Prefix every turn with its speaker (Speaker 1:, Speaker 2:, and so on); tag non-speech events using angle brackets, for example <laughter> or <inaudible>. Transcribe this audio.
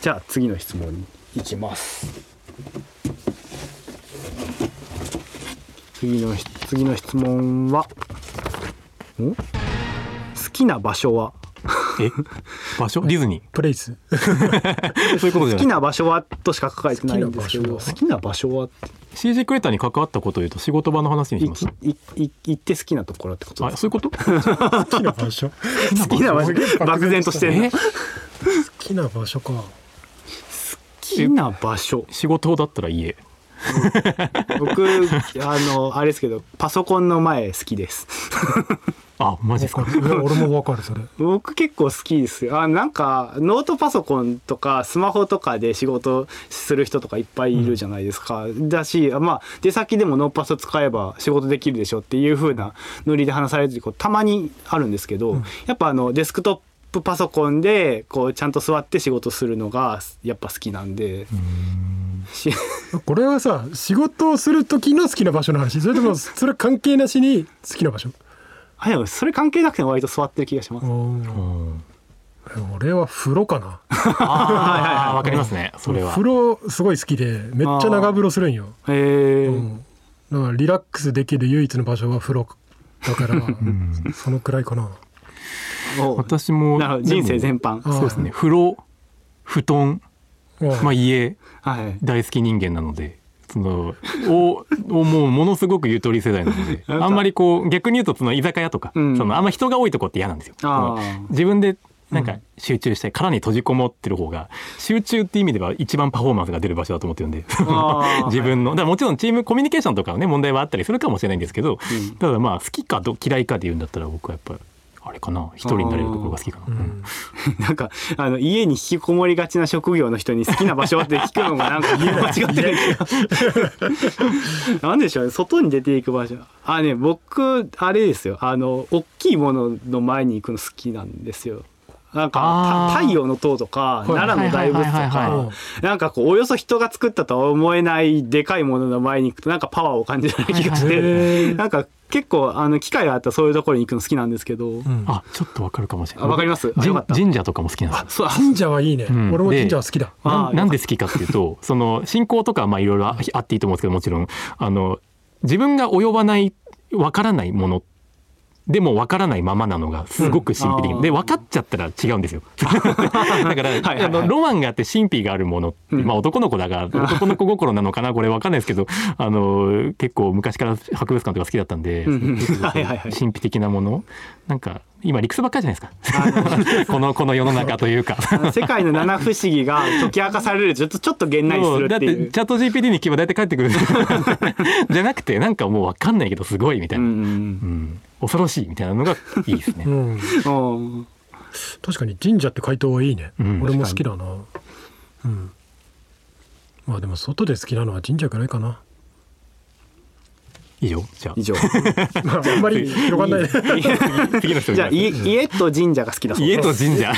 Speaker 1: じゃあ次の質問に行きます次のし次の質問はん好きな場所は
Speaker 2: え場所ディズニ
Speaker 3: プレイス
Speaker 2: ーそういうことじ
Speaker 1: 好
Speaker 2: ゃ
Speaker 1: き
Speaker 2: ない
Speaker 1: な場所はとしか書かれてないんですけど
Speaker 3: 好
Speaker 1: 好きな場所は
Speaker 2: CG クレーターに関わったことを言うと仕事場の話にし
Speaker 1: 行
Speaker 2: ま
Speaker 1: き
Speaker 2: す
Speaker 1: いい行って好きなところってこと
Speaker 2: あ
Speaker 1: です
Speaker 2: そういうこと
Speaker 3: 好きな場所 <laughs> 好
Speaker 1: 好きな場所漠然としてる
Speaker 2: え
Speaker 1: 好
Speaker 3: きな場所か
Speaker 1: きな場所
Speaker 2: 仕事だったら家
Speaker 1: 僕あのあれですけどパソコンの前好きです
Speaker 2: あマジです
Speaker 3: わ
Speaker 2: か
Speaker 3: かるいや俺もわかるそれ
Speaker 1: 僕結構好きですよあなんかノートパソコンとかスマホとかで仕事する人とかいっぱいいるじゃないですか、だしまあ出先でもノーパソ使えば仕事できるでしょっていう風なノリで話されてることたまにあるんですけど、やっぱあのデスクトップパソコンでこうちゃんと座って仕事するのがやっぱ好きなんでし
Speaker 3: これはさ仕事をする時の好きな場所の話それ
Speaker 2: <laughs>
Speaker 3: ともそれ関係なしに好きな場所
Speaker 1: あでもそれ関係なくても割と座ってる気がします、
Speaker 2: うん
Speaker 3: 俺は風呂かな
Speaker 2: あーわかりますねそれは
Speaker 3: 風呂すごい好きでめっちゃ長風呂するんよ
Speaker 1: へえ、
Speaker 3: うんだからリラックスできる唯一の場所は風呂だから、そのくらいかな
Speaker 1: お
Speaker 2: 私も
Speaker 1: なるほど人生
Speaker 2: で
Speaker 1: 全
Speaker 2: も
Speaker 1: 般
Speaker 3: あ
Speaker 2: そうですね風呂布団まあ
Speaker 3: い
Speaker 2: 家
Speaker 1: はい
Speaker 2: 大好き人間なのでそのををもうものすごくゆとり世代なのであんまりこう逆に言うとその居酒屋とか、
Speaker 1: うん
Speaker 2: そのあんま人が多いとこって嫌なんですよ。そ
Speaker 1: あ
Speaker 2: の
Speaker 1: ー
Speaker 2: 自分でなんか集中して殻に閉じこもってる方が集中って意味では一番パフォーマンスが出る場所だと思ってるんで
Speaker 1: あー
Speaker 2: <laughs> 自分のだからもちろんチームコミュニケーションとかのね問題はあったりするかもしれないんですけど、
Speaker 1: ん
Speaker 2: ただまあ好きかど嫌いかで言うんだったら僕はやっぱあれかな一人になれるところが好きかな。うん
Speaker 1: なんかあの家に引きこもりがちな職業の人に好きな場所って聞くのがなんか間違ってる気がなんでしょうね外に出ていく場所あね僕あれですよあの大きいものの前に行くの好きなんですよなんか
Speaker 2: あー
Speaker 1: た太陽の塔とか
Speaker 3: い
Speaker 1: 奈良の大仏と
Speaker 2: はいはいはい
Speaker 1: か
Speaker 3: は
Speaker 1: なんかこうおよそ人が作ったとは思えないでかいものの前に行くとなんかパワーを感じる気がし
Speaker 3: はいはいへ
Speaker 1: て
Speaker 3: ー
Speaker 1: なんか結構あの機会があったらそういうところに行くの好きなんですけど
Speaker 3: うん
Speaker 2: あちょっとわかるかもしれない。
Speaker 1: あわかりますあ
Speaker 2: じん
Speaker 1: よかった
Speaker 2: 神社とかも好きなんですよ。
Speaker 1: そうあ
Speaker 3: 神社はいいね、
Speaker 2: うん
Speaker 3: 俺も
Speaker 2: で
Speaker 3: 神社は好きだ
Speaker 1: あ
Speaker 2: な
Speaker 1: ー
Speaker 2: なんで好きかっていうと <laughs> その信仰とかはまあいろいろああっていいと思うんですけどもちろんあの自分が及ばないわからないものでもわからないままなのがすごく神秘的、
Speaker 1: うんあー
Speaker 2: で分かっちゃったら違うんですよ
Speaker 1: <laughs>
Speaker 2: だから
Speaker 1: いはいはい
Speaker 2: あのロマンがあって神秘があるものって、まあ、男の子だから男の子心なのかなこれ分かんないです
Speaker 1: <laughs>
Speaker 2: けどあの結構昔から博物館とか好きだったんで、
Speaker 1: うんうん
Speaker 2: そういう
Speaker 1: はいはいはい
Speaker 2: 神秘的なものなんか今理屈ばっかりじゃないですか <laughs> このこの世の中というか。
Speaker 1: 世界の七不思議が解き明かされるちょっとちょっとげんなりする
Speaker 2: だ
Speaker 1: っ
Speaker 2: って
Speaker 1: い
Speaker 2: て
Speaker 1: う
Speaker 2: チ。ャット GPT に聞けば大体帰
Speaker 1: <laughs>
Speaker 2: ってくるじゃなくてなんかもう分かんないけどすごいみた
Speaker 1: う
Speaker 2: いな、うん
Speaker 1: ん
Speaker 2: 恐ろしいみたいなのがいいです
Speaker 3: う
Speaker 1: <laughs>
Speaker 2: ね。
Speaker 3: ん、
Speaker 1: うんうん
Speaker 3: 確かに神社って回答はいいね、
Speaker 2: うん
Speaker 3: 俺も好きだなうんまあでも外で好きなのは神社くらい
Speaker 2: <laughs>
Speaker 3: かな
Speaker 2: 以上じゃあ
Speaker 1: 以上。
Speaker 3: まああんまり広がんないね
Speaker 2: 次の人
Speaker 1: じゃあ
Speaker 2: いき
Speaker 1: い家と神社が好きだ
Speaker 2: ま
Speaker 1: そ
Speaker 2: す
Speaker 1: う
Speaker 2: 家
Speaker 1: で
Speaker 2: と
Speaker 1: す。
Speaker 2: 神社